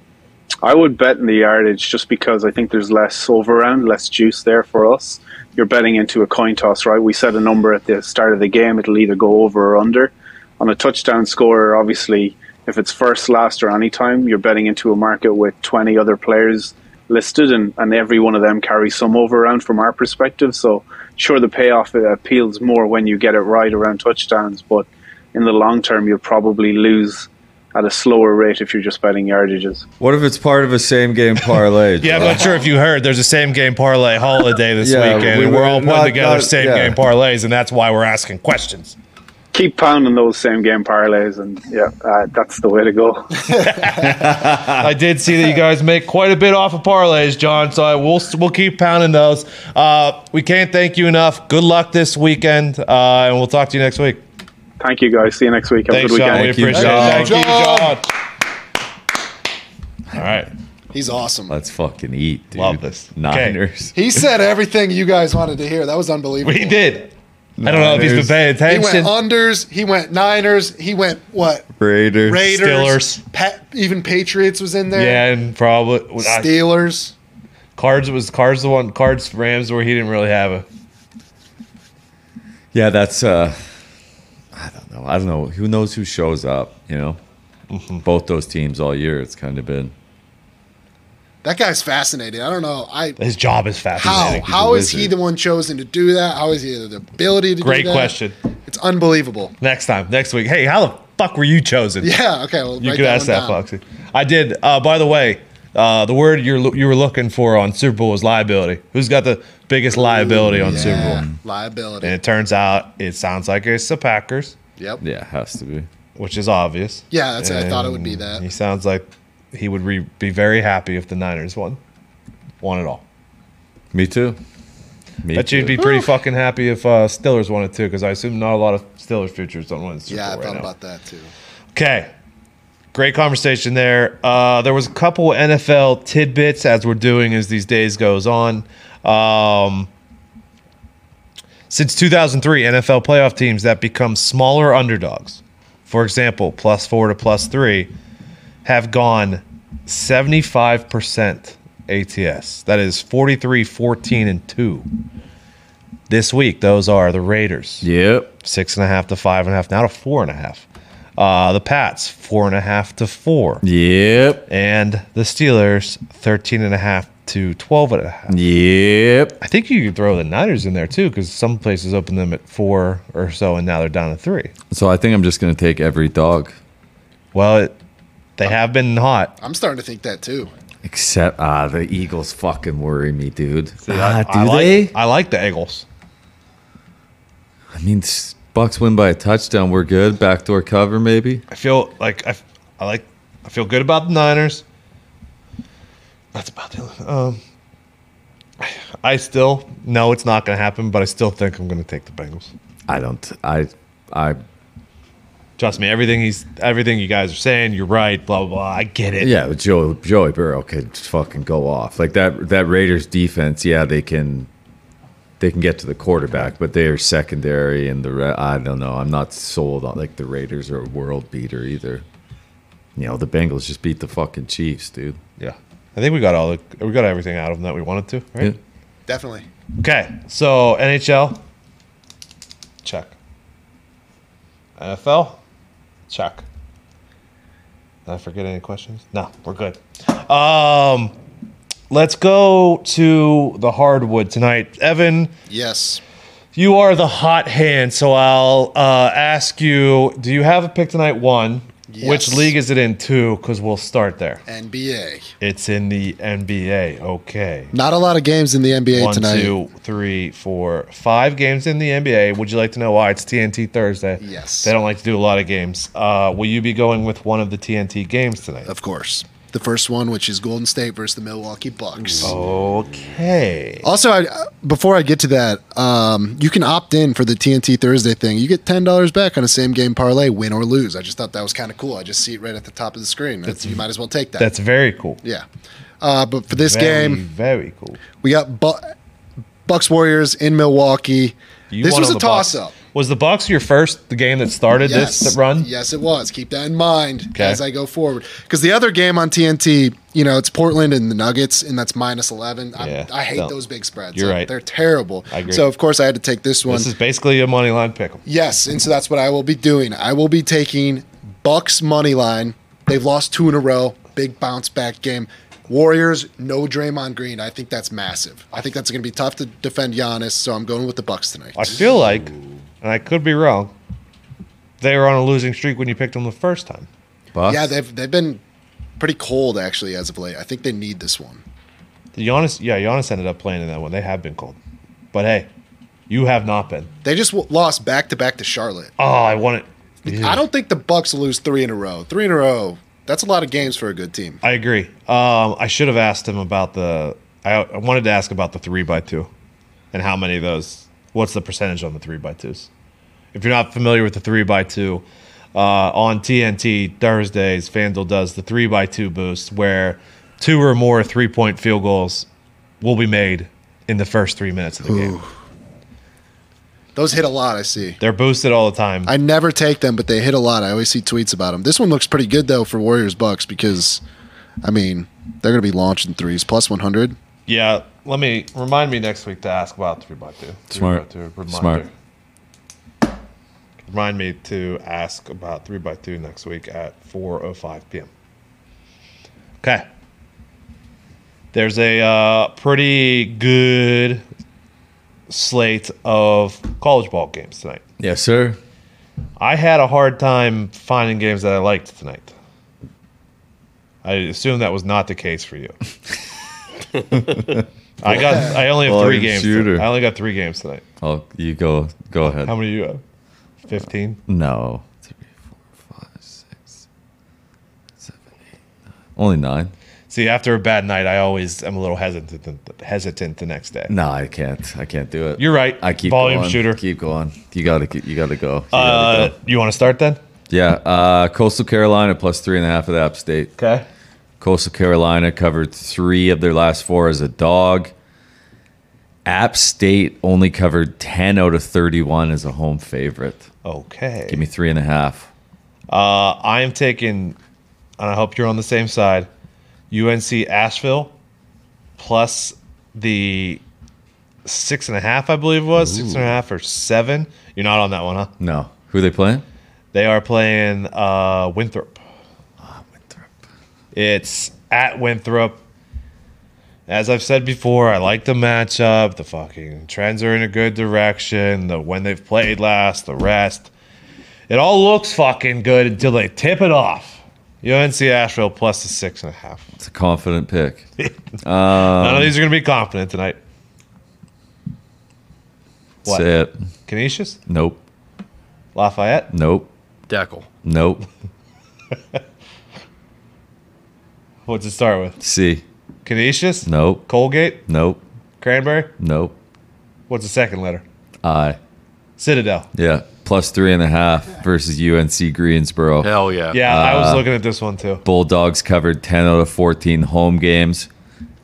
E: I would bet in the yardage just because I think there's less over round, less juice there for us. You're betting into a coin toss, right? We set a number at the start of the game, it'll either go over or under. On a touchdown scorer, obviously, if it's first, last, or any time, you're betting into a market with 20 other players listed, and, and every one of them carries some over round from our perspective. So, sure, the payoff uh, appeals more when you get it right around touchdowns, but in the long term, you'll probably lose at a slower rate if you're just betting yardages.
B: What if it's part of a same game parlay?
A: yeah, I'm
B: Joe?
A: not sure if you heard. There's a same game parlay holiday this
B: Yeah,
A: weekend.
B: we
A: and we're all
B: were
A: putting
B: not-
A: together
B: not-
A: same
B: yeah.
A: game parlays, and that's why we're asking questions.
E: keep pounding those same game parlays, and yeah, uh, that's the way to go.
A: I did see that you guys make quite a bit off of parlays, John. So I will we'll keep pounding those. Uh, we can't thank you enough. Good luck this weekend, uh, and we'll talk to you next week.
E: Thank you guys. See you next week. Have
A: Thanks,
E: a good
A: John.
E: weekend.
A: We
B: Thank you,
A: appreciate it.
B: John.
A: Thank you,
D: John.
A: John. All right,
D: He's
A: Uh,
D: awesome.
B: Let's fucking eat, dude.
A: Love this. Okay.
B: Niners.
D: He said everything you guys wanted to hear. That was unbelievable.
A: we did. I don't know if he's been
B: Niners.
A: paying
D: He went
A: attention.
D: unders. He went Niners. He went what?
B: Raiders.
D: Raiders.
A: Steelers.
D: Pa- even Patriots was in there.
A: Yeah, and probably I-
D: Steelers.
A: cards was cards the one cards Rams where he didn't really have a.
B: Yeah, that's uh I don't know. I don't know. Who knows who shows up, you know?
A: Mm-hmm.
B: Both those teams all year. It's kind of been
D: That guy's fascinating. I don't know. I
A: His job is
D: how
A: fascinating.
D: how is he
B: wizard.
D: the one chosen to do that? How is he the ability to?
A: Great
D: do that?
A: question.
D: It's unbelievable.
A: Next time, next week. Hey, how the fuck were you chosen?
D: Yeah. Okay. Well,
A: You
D: write
A: could ask
D: one
A: that,
D: down.
A: Foxy. I did. Uh, by the way, uh, the word you're lo- you were looking for on Super Bowl was liability. Who's got the biggest liability on Super Bowl?
D: Yeah, Liability.
A: And it turns out it sounds like it's the Packers,
D: yep.
B: yeah, it has to be.
A: which is obvious.
D: Yeah, that's it. I thought it would be
A: And
D: that.
A: He sounds like he would re- be very happy if the Niners won, won it all.
B: Me too. Me
A: Bet you'd be pretty fucking happy if uh, Steelers won it too, because I assume not a lot of Steelers futures don't win the Super
D: Yeah, I
A: Bowl
D: thought
A: right now.
D: about that too.
A: Okay. Great conversation there. Uh, there was a couple NFL tidbits as we're doing as these days goes on. Um, since 2003, NFL playoff teams that become smaller underdogs, for example, plus four to plus three, have gone 75% ATS. That is 43, 14, and two. This week, those are the Raiders
B: Yep.
A: six and a half to five and a half, now to four and a half. Uh, the Pats, four and a half to four.
B: Yep.
A: And the Steelers, 13 and a half to 12 and a half.
B: Yep.
A: I think you could throw the Niners in there too, because some places open them at four or so, and now they're down to three.
B: So I think I'm just gonna take every dog.
A: Well, it, they have been hot.
D: I'm starting to think that too.
B: Except ah, the Eagles fucking worry me, dude. ah, do
A: I like,
B: they?
A: I like the Eagles.
B: I mean, s- Bucks win by a touchdown. We're good. Backdoor cover, maybe.
A: I feel like I, I like I feel good about the Niners. That's about it. Um, I still know it's not going to happen, but I still think I'm going to take the Bengals.
B: I don't. I. I.
A: Trust me, everything he's everything you guys are saying, you're right. Blah blah. blah. I get it.
B: Yeah, but Joe Joey Burrow could fucking go off like that. That Raiders defense. Yeah, they can. They can get to the quarterback, but they are secondary and the. Re- I don't know. I'm not sold on like the Raiders are a world beater either. You know the Bengals just beat the fucking Chiefs, dude.
A: Yeah. I think we got all the, we got everything out of them that we wanted to, right?
D: Definitely.
A: Okay, so NHL, check. NFL, check. Did I forget any questions? No, we're good. Um, let's go to the hardwood tonight. Evan,
D: Yes.
A: you are the hot hand, so I'll uh, ask you: Do you have a pick tonight? One. Which
D: Yes.
A: league is it in? Two, because we'll start there.
D: NBA.
A: It's in the NBA. Okay.
D: Not a lot of games in the NBA
A: One,
D: tonight.
A: two, three, four, five games in the NBA. Would you like to know why? It's TNT Thursday.
D: Yes.
A: They don't like to do a lot of games. Uh, will you be going with one of the TNT games tonight?
D: Of course. The first one, which is Golden State versus the Milwaukee Bucks.
A: Okay.
D: Also, I, uh, before I get to that, um, you can opt in for the TNT Thursday thing. You get ten dollars back on a same game parlay, win or lose. I just thought that was kind of cool. I just see it right at the top of the screen. That's, you might as well take that.
A: That's very cool.
D: yeah. Uh, but for this
A: very,
D: game,
A: Very cool.
D: we got Bu- Bucks Warriors in Milwaukee.
A: You
D: this
A: won
D: was
A: on
D: a
A: the Bucks.
D: toss up.
A: Was the Bucks your first the game that started this run?
D: Yes, it was. Keep that in mind
A: Okay.
D: as I go forward. Because the other game on TNT, you know, it's Portland and the Nuggets, and that's minus 11. I'm-
A: Yeah,
D: I hate
A: don't-
D: those big spreads.
A: You're
D: They're-
A: right.
D: They're terrible.
A: I agree.
D: So, of course, I had to take this one.
A: This is basically a money line pick 'em.
D: yes, and so that's what I will be doing. I will be taking Bucks money line. They've lost two in a row. Big bounce back game. Warriors, no Draymond Green. I think that's massive. I think that's going to be tough to defend Giannis, so I'm going with the Bucks tonight.
A: I feel like, and I could be wrong, they were on a losing streak when you picked them the first time.
B: Bucks?
D: Yeah, they've they've been pretty cold actually as of late. I think they need this one.
A: Giannis, yeah, Giannis ended up playing in that one. They have been cold, but hey, you have not been.
D: They just w- lost back to back to Charlotte.
A: Oh, I want it.
D: I don't think the Bucks will lose three in a row. Three in a row. That's a lot of games for a good team.
A: I agree. Um, I should have asked him about the. I, I wanted to ask about the three by two, and how many of those. What's the percentage on the three by twos? If you're not familiar with the three by two, uh, on TNT Thursdays, FanDuel does the three by two boost, where two or more three point field goals will be made in the first three minutes of the game.
D: Those hit a lot. I see.
A: They're boosted all the time.
D: I never take them, but they hit a lot. I always see tweets about them. This one looks pretty good though for Warriors Bucks because, I mean, they're going to be launching threes plus one hundred.
A: Yeah, let me remind me next week to ask about three by two. Three
B: Smart.
A: by two reminder.
B: Smart.
A: Remind me to ask about three by two next week at four oh five p.m. Okay. There's a uh, pretty good slate of college ball games tonight.
B: Yes, sir.
A: I had a hard time finding games that I liked tonight. I assume that was not the case for you. I got. I only have three
B: Volume
A: games.
B: shooter.
A: I only got three games tonight.
B: Oh, you go. Go ahead.
A: How many do you have? Fifteen.
B: No. Three, four, five, six, seven, eight, nine. Only nine?
A: See, after a bad night, I always am a little hesitant. Hesitant the next day.
B: No, I can't. I can't do it.
A: You're right.
B: I keep
A: volume
B: going.
A: shooter.
B: Keep going. You gotta. keep- You gotta go. You gotta
A: uh,
B: go.
A: you want to start then?
B: Yeah. Uh, Coastal Carolina plus three and a half at App State.
A: Okay.
B: Coastal Carolina covered three of their last four as a dog. App State only covered ten out of thirty-one as a home favorite.
A: Okay.
B: Give me three and a half.
A: Uh, I am taking, and I hope you're on the same side. UNC Asheville plus the six and a half, I believe it was six and a half or seven. You're not on that one, huh?
B: No. Who they playing?
A: They are playing uh, Winthrop. It's at Winthrop. As I've said before, I like the matchup. The fucking trends are in a good direction. The when they've played last, the rest. It all looks fucking good until they tip it off. UNC Asheville plus the six and a half.
B: It's a confident pick.
A: None of these are gonna be confident tonight.
B: That's
A: What?
B: it.
A: Canisius?
B: Nope.
A: Lafayette.
B: Nope.
C: Deckel.
B: Nope.
A: What's it start with?
B: C.
A: Canisius.
B: Nope.
A: Colgate.
B: Nope.
A: Cranberry.
B: Nope.
A: What's the second letter?
B: I.
A: Citadel.
B: Yeah. Plus three and a half versus UNC Greensboro.
C: Hell yeah.
A: Yeah, I
B: Uh,
A: was looking at this one too.
B: Bulldogs covered 10 out of 14 home games,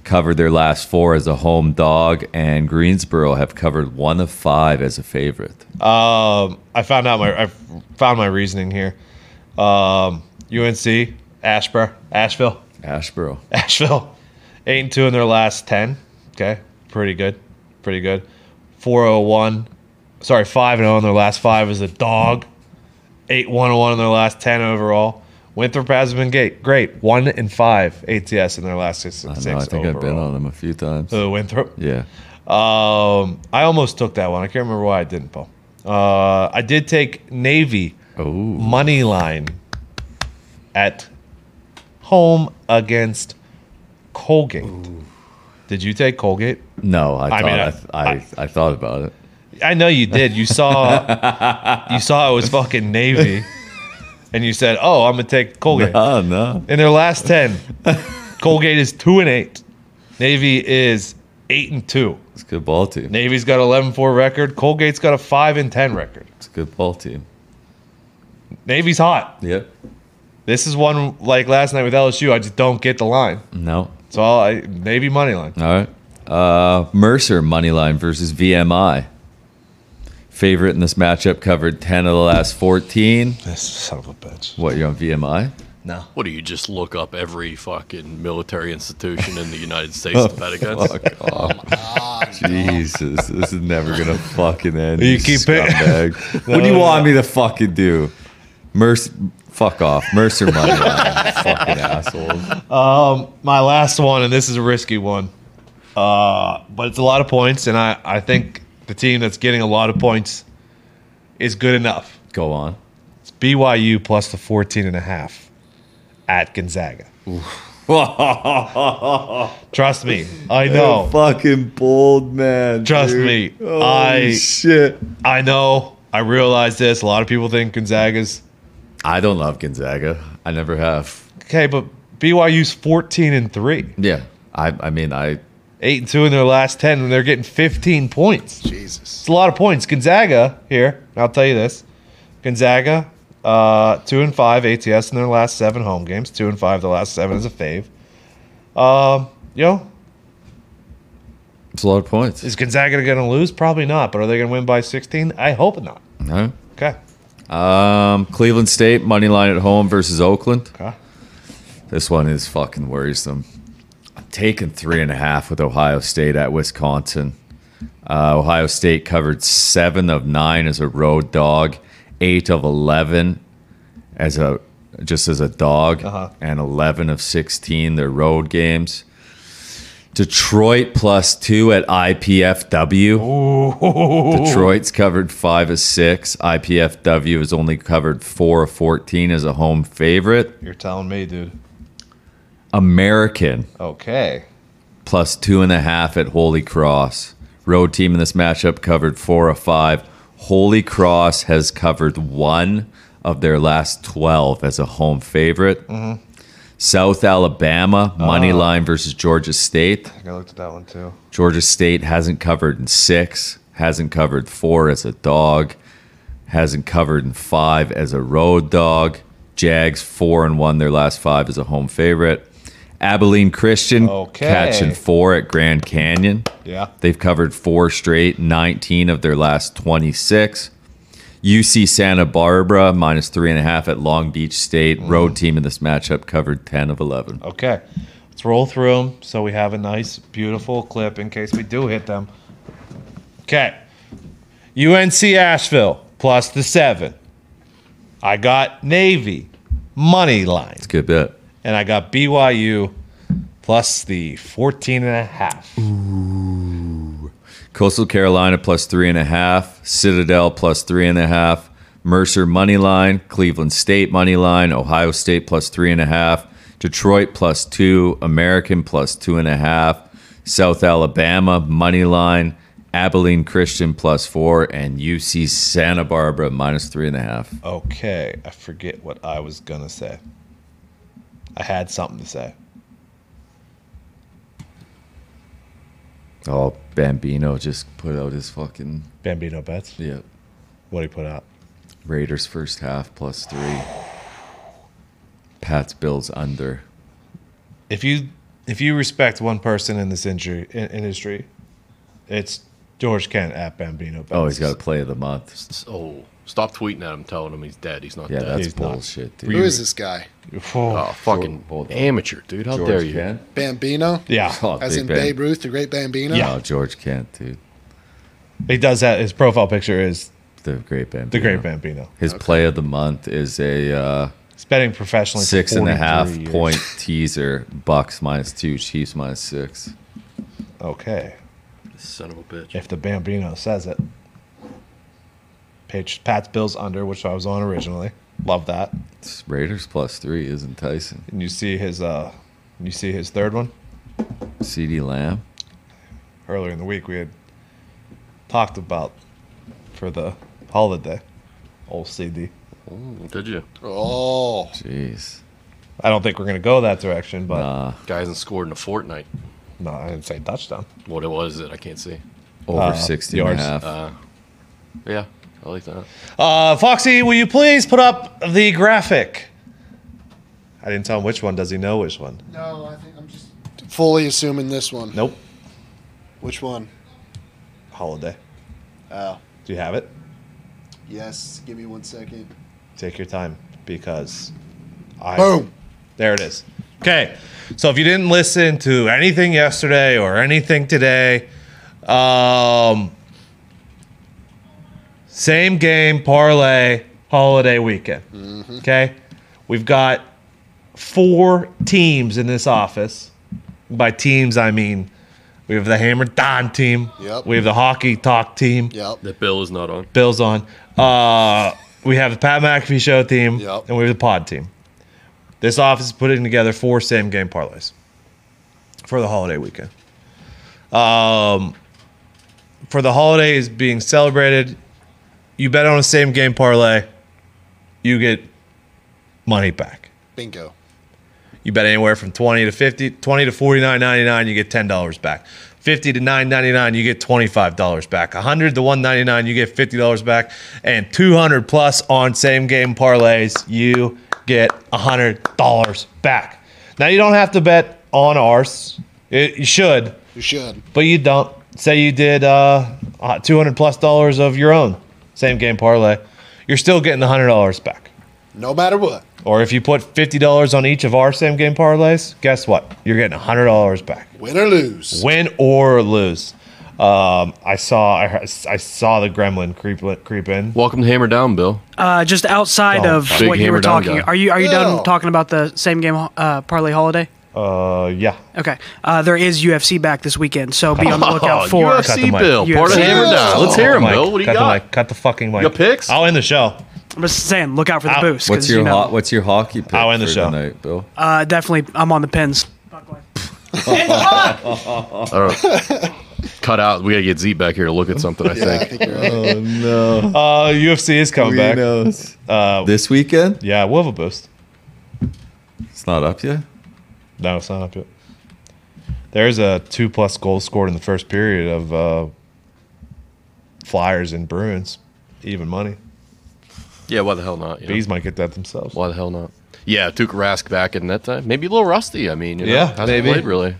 B: covered their last four as a home dog, and Greensboro have covered one of five as a favorite.
A: Um, I found out my I found my reasoning here. Um, UNC, Ashbur, Asheville,
B: Ashboro.
A: Asheville, eight and two in their last ten. Okay, pretty good, pretty good. Four oh one, sorry, five and zero in their last five is a dog. Eight one oh one in their last ten overall. Winthrop has been great. Great, one and five ATS in their last six.
B: I
A: six
B: know. I think I've been
A: overall.
B: on them a few times.
A: Uh, Winthrop.
B: Yeah.
A: Um, I almost took that one. I can't remember why I didn't, Paul. Uh, I did take Navy
B: Oh.
A: money line at home against Colgate. Did you take Colgate?
B: No, I
A: I
B: thought
A: mean,
B: I,
A: I-
B: I, I, thought about it.
A: I know you did. You saw you saw it was fucking Navy, and you said, "Oh, I'm gonna take Colgate."
B: Oh no.
A: In their last ten, Colgate is two and eight. Navy is eight and two.
B: It's a good ball team.
A: Navy's got 11-4 record. Colgate's got a five and ten record.
B: It's a good ball team.
A: Navy's hot.
B: Yep.
A: This is one like last night with LSU. I just don't get the line.
B: No.
A: So I'll, I Navy money line.
B: All right. Uh, Mercer money line versus VMI. Favorite in this matchup covered 10 of the last 14.
A: This son of a bitch.
B: What, you're on VMI?
A: No.
C: What do you just look up every fucking military institution in the United States to
A: Oh,
C: bet against?
B: Fuck off. Jesus, this is never gonna fucking end.
A: You keep it-
B: scumbag. what do you want me to fucking do? Mercer, fuck off. Mercer money line, fucking assholes.
A: My last one, and this is a risky one, uh, but it's a lot of points, and I, I think the team that's getting a lot of points is good enough.
B: Go on.
A: It's BYU plus the 14 and a half at Gonzaga. Trust me. I know.
B: fucking bold man.
A: Trust me, I-
B: shit.
A: I know. I realize this. A lot of people think Gonzaga's
B: I don't love Gonzaga. I never have.
A: Okay, but BYU's 14 and 3.
B: Yeah. I. I mean, I.
A: 8 and 2 in their last 10 and they're getting 15 points.
D: Jesus.
A: It's a lot of points. Gonzaga here, and I'll tell you this. Gonzaga uh 2 and 5 ATS in their last 7 home games, 2 and 5 the last 7 is a fave. Um, you know,
B: It's a lot of points.
A: is Gonzaga going to lose? Probably not, but are they going to win by 16? I hope not.
B: No.
A: Okay.
B: Um, Cleveland State money line at home versus Oakland.
A: Okay.
B: This one is fucking worrisome. I'm taking three and a half with Ohio State at Wisconsin. Uh, Ohio State covered seven of nine as a road dog, eight of eleven as a just as a dog,
A: Uh-huh.
B: and eleven of sixteen their road games. Detroit plus two at IPFW. Detroit's covered five of six. IPFW has only covered four of fourteen as a home favorite.
A: You're telling me, dude.
B: American
A: Okay.
B: plus two and a half at Holy Cross. Road team in this matchup covered four of five. Holy Cross has covered one of their last 12 as a home favorite. South Alabama, money line versus Georgia State.
A: I think I looked at that one too.
B: Georgia State hasn't covered in six, hasn't covered four as a dog, hasn't covered in five as a road dog. Jags four and one their last five as a home favorite. Abilene Christian
A: Okay.
B: catching four at Grand Canyon.
A: Yeah.
B: They've covered four straight, 19 of their last 26. UC Santa Barbara minus three and a half at Long Beach State. Road team in this matchup covered 10 of 11.
A: Okay, let's roll through them so we have a nice, beautiful clip in case we do hit them. Okay, UNC Asheville plus the seven. I got Navy money line,
B: It's a good bet.
A: and I got BYU plus the 14 and a half.
B: Coastal Carolina plus three and a half, Citadel plus three and a half, Mercer money line, Cleveland State money line, Ohio State plus three and a half, Detroit plus two, American plus two and a half, South Alabama money line, Abilene Christian plus four, and UC Santa Barbara minus three and a half.
A: Okay, I forget what I was gonna say. I had something to say.
B: Oh, Bambino just put out his fucking
A: Bambino bets.
B: yeah
A: What he put out.
B: Raiders first half plus three. Pat's Bills under.
A: If you if you respect one person in this injury in, industry, it's George Kent at Bambino bets.
B: Oh, he's got a play of the month.
C: Oh, stop tweeting at him, telling him he's dead. He's not
B: Yeah,
C: dead.
B: that's
A: uh, He's not.
B: bullshit, dude.
D: Who is this guy?
A: Oh,
C: oh, fucking
B: Hold on.
C: amateur, dude. How
B: George
C: dare you?
B: Kent?
D: Bambino?
A: yeah.
B: Oh,
D: As
B: Big
D: in
B: Ben.
D: Babe Ruth, the great Bambino?
A: Yeah.
B: No, George Kent, dude.
A: He does that. His profile picture is
B: The great Bambino.
A: the great Bambino.
B: His play of the month is a uh,
A: He's betting professionally for
B: six and a half
A: 43 years.
B: point teaser. Bucks minus two, Chiefs minus six.
A: Okay,
C: Son of a bitch.
A: if the Bambino says it. Pitch Pat's Bills under, which I was on originally. Love that.
B: It's Raiders plus three is enticing.
A: And you see his uh, you see his third one.
B: CD Lamb.
A: earlier in the week we had talked about for the holiday. Old CD.
C: Mm, Did you?
D: Oh.
B: Jeez.
A: I don't think we're going to go that direction, but
B: Nah.
C: Guy hasn't scored in a fortnight.
A: no, I didn't say touchdown.
C: What it was that I can't see. Uh,
B: Over
A: Uh,
B: 60 and a
A: yards.
B: half.
C: Yeah, I like that.
A: Uh, Foxy, will you please put up the graphic? I didn't tell him which one. Does he know which one?
D: No, I think I'm just fully assuming this one.
A: Nope.
D: Which one?
A: Holiday.
D: Oh.
A: Do you have it?
D: Yes, give me one second.
A: Take your time because I.
D: Boom.
A: There it is. Okay. So if you didn't listen to anything yesterday or anything today, um, same game parlay holiday weekend. Okay. We've got four teams in this office. By teams, I mean we have the Hammer Don team.
D: Yep.
A: We have the Hockey Talk team.
D: Yep.
C: That bill is not on.
A: Bill's on. Uh, we have the Pat McAfee show team,
D: Yep.
A: and we have the pod team. This office is putting together four same game parlays for the holiday weekend. Um, for the holidays being celebrated, you bet on a same game parlay, you get money back.
D: Bingo.
A: You bet anywhere from 20 to 50, 20 to 49.99, you get $10 back. 50 to 9.99, you get $25 back. 100 to 1.99, you get $50 back. And 200 plus on same game parlays, you get $100 back. Now you don't have to bet on ours. It, you should,
D: You should.
A: but you don't. Say you did uh, uh, 200 plus dollars of your own same game parlay, you're still getting the $100 back.
D: No matter what.
A: Or if you put fifty dollars on each of our same game parlays, guess what? You're getting hundred dollars back,
D: Win or lose.
A: win or lose. Um, I saw I, heard- I saw the gremlin creep creep in.
C: Welcome to Hammer Down, Bill.
F: Uh, just outside
A: Oh,
F: of
C: big
F: what you were
C: hammer down
F: talking,
C: guy.
F: are you are you
D: No.
F: done talking about the same game uh, parlay holiday?
A: Uh, yeah,
F: Okay, uh, there is UFC back this weekend, so be
C: Oh,
F: on the lookout for.
A: Cut
C: UFC
A: the mic.
C: Bill, part of
F: UFC.
C: Hammer Down. Let's hear him,
A: Mic.
C: Bill. What do you
A: cut The
C: got?
A: mic. Cut the fucking mic.
C: You got picks?
A: I'll end the show.
F: I'm just saying, look out for the
A: Ow.
F: boost. 'cause,
B: What's your
F: you know,
B: ho- what's your hockey pick
A: I'll end the
B: for
A: show.
B: tonight, Bill?
F: uh, definitely, I'm on the pins.
C: All right. Cut out. We gotta get Zeke back here to look at something. I
D: Yeah, I
C: think.
D: think you're right.
B: oh no.
A: Uh, UFC is coming back. Uh,
B: this weekend?
A: yeah, we'll have a boost.
B: It's not up yet.
A: No, it's not up yet. There's a two plus goal scored in the first period of uh, Flyers and Bruins, even money.
C: Yeah. Why the hell not? you know?
A: Bees might get that themselves.
C: Why the hell not? Yeah, Tuukka Rask back in that time. Maybe a little rusty. I mean, you know,
A: Yeah,
C: hasn't
A: maybe.
C: played really.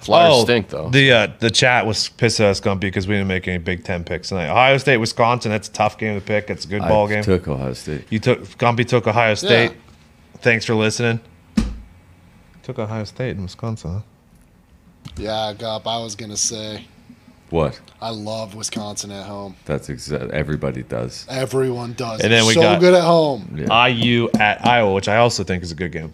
C: Flyers stink though.
A: The uh, the chat was pissed at us grumpy because we didn't make any Big Ten picks tonight. Ohio State, Wisconsin. That's a tough game to pick. It's a good ball
B: I
A: game.
B: took Ohio State.
A: you took Gumpy took Ohio State. Thanks for listening. Took Ohio State and Wisconsin. Huh?
D: Yeah, Gop, I was going to say,
B: What?
D: I love Wisconsin at home.
B: That's exact. Everybody does.
D: Everyone does.
A: And then
D: They're
A: we
D: so
A: got-
D: good at home.
A: IU at Iowa, which I also think is a good game.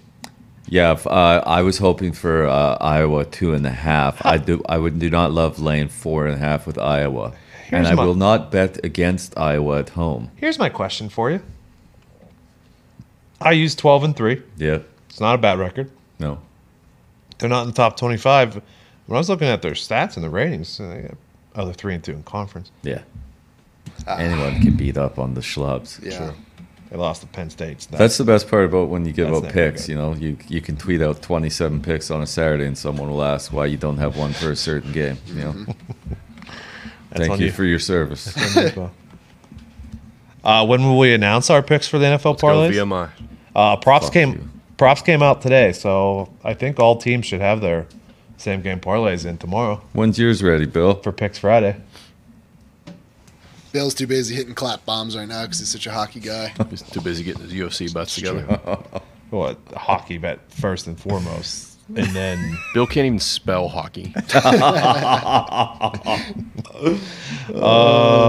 B: Yeah, if, uh, I was hoping for uh, Iowa two and a half. I do. I would do not love lane four and a half with Iowa,
A: Here's
B: and I
A: my-
B: will not bet against Iowa at home.
A: Here's my question for you. I use twelve and three.
B: Yeah.
A: It's not a bad record.
B: No.
A: They're not in the top twenty-five. When I was looking at their stats and the ratings, uh, Oh, they're three and two in conference.
B: Yeah.
A: Ah.
B: Anyone can beat up on the schlubs.
D: Yeah.
A: True. They lost to Penn State. so
B: That's the best part about when you give
A: That's
B: out
A: never
B: picks.
A: good.
B: You know, you you can tweet out 27 picks on a Saturday, and someone will ask why you don't have one for a certain game. You know,
A: Mm-hmm. that's
B: thank
A: on
B: you for your service.
A: uh, when will we announce our picks for the NFL
C: Go
A: parlays?
C: VMI.
A: Uh, props
B: Fuck
A: came
B: you.
A: props came out today, so I think all teams should have their same game parlays in tomorrow
B: When's yours ready, Bill?
A: for picks Friday.
D: Bill's too busy hitting clap bombs right now because he's such a hockey guy.
C: He's too busy getting his UFC butts together.
A: Well, hockey bet first and foremost, and then
C: Bill can't even spell hockey.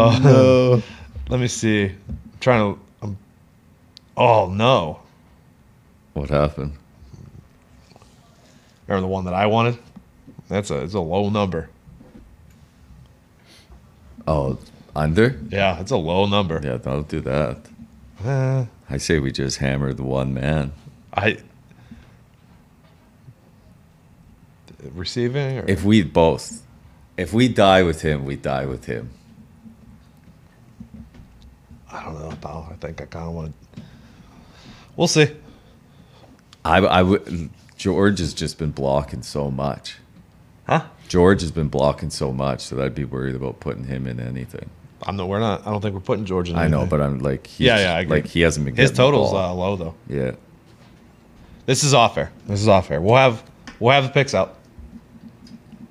A: let me see. I'm trying to. I'm, oh no!
B: What happened?
A: Remember the one that I wanted? That's a it's a low number.
B: Oh, under?
A: Yeah, it's a low number.
B: Yeah, don't do that.
A: Uh,
B: I say we just hammer the one man.
A: I receiving or
B: If we both, if we die with him, we die with him.
A: I don't know, pal. I think I kind of want to. We'll see.
B: I, I would. George has just been blocking so much.
A: Huh?
B: George has been blocking so much that I'd be worried about putting him in anything.
A: I'm not. We're not. I don't think we're putting Georgia. In
B: I know,
A: anything.
B: but I'm like, he's,
A: Yeah, yeah, I agree.
B: like he hasn't been.
A: his
B: getting the
A: totals uh,
B: ball.
A: low though.
B: yeah,
A: This is off air. This is off air. We'll have we'll have the picks out.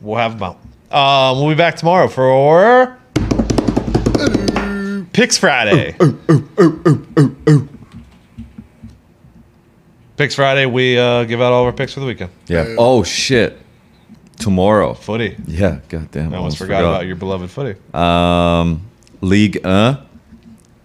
A: We'll have them out. Um, we'll be back tomorrow for Picks Friday.
B: Oh,
A: Picks Friday. We uh, give out all of our picks for the weekend.
B: yeah. Oh shit! Tomorrow.
A: Footy.
B: Yeah, goddamn.
A: I
B: I
A: almost forgot, about your beloved footy.
B: League uh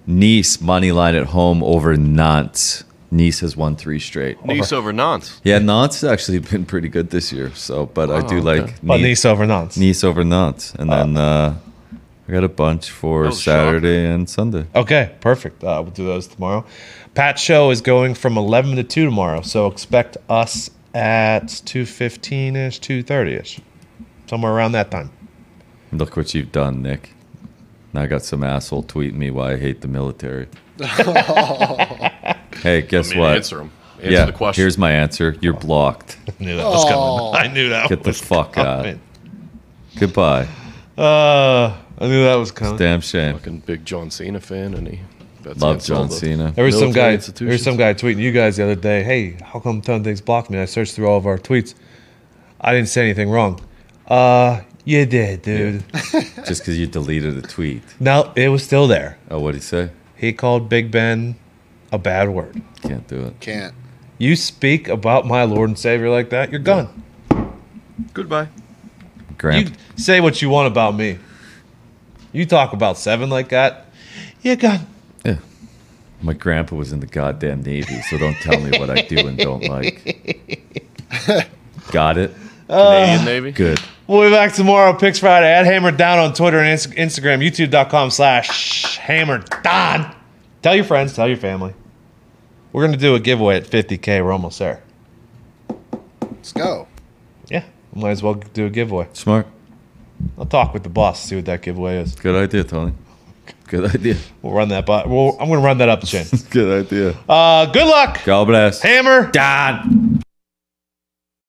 B: Nice money line at home over Nantes. Nice has won three straight.
C: Nice over Nantes.
B: Yeah, Nantes has actually been pretty good this year. So, but I do
C: Oh, okay. Ah.
B: like
A: but
B: Nice.
A: Nice over Nantes.
B: Nice over Nantes, and then uh, I got a bunch for
C: Oh,
B: Saturday and Sunday.
A: Okay, perfect. Uh, we'll do those tomorrow. Pat's show is going from 11 to 2 tomorrow, so expect us at 2.15ish, 2.30ish, somewhere around that time.
B: Look what you've done, Nick. And I got some asshole tweeting me why I hate the military. hey, guess
C: I mean,
B: what?
C: Answer him. Answer
B: yeah,
C: the question.
B: here's my answer. You're blocked.
A: I knew that was
D: Oh.
A: coming. I knew that
B: Get the
A: was
B: fuck
C: Oh,
B: out.
A: coming.
B: Goodbye.
A: Uh, I knew that was coming.
B: Damn shame.
C: Fucking big John Cena fan, and he that's
B: Love
C: against all
B: John
C: the-
B: Cena.
A: There was some guy.
C: Military
A: There was some
C: institutions.
A: guy tweeting you guys the other day. Hey, how come Ton Things blocked me? I searched through all of our tweets. I didn't say anything wrong. Uh, you did, dude.
B: Just because you deleted a tweet.
A: No, it was still there.
B: Oh, what'd he say?
A: He called Big Ben a bad word.
B: Can't do it.
D: Can't.
A: You speak about my Lord and Savior like that, you're gone.
C: Goodbye.
B: Grant,
A: You say what you want about me. You talk about seven like that, you're gone.
B: yeah. My grandpa was in the goddamn Navy, so don't tell me what I do and don't like. got it?
C: Canadian Navy.
B: Good.
A: We'll be back tomorrow, Picks Friday, at Hammer Down on Twitter and Inst- Instagram, youtube.com slash Hammer Down. Tell your friends, tell your family. We're going to do a giveaway at 50K. We're almost there.
D: Let's go.
A: Yeah, might as well do a giveaway.
B: Smart.
A: I'll talk with the boss, see what that giveaway is.
B: Good idea, Tony. Good idea.
A: We'll run that, but we'll, I'm going to run that up the chain.
B: Good idea.
A: Uh, good luck,
B: God bless.
A: Hammer.
B: Dad.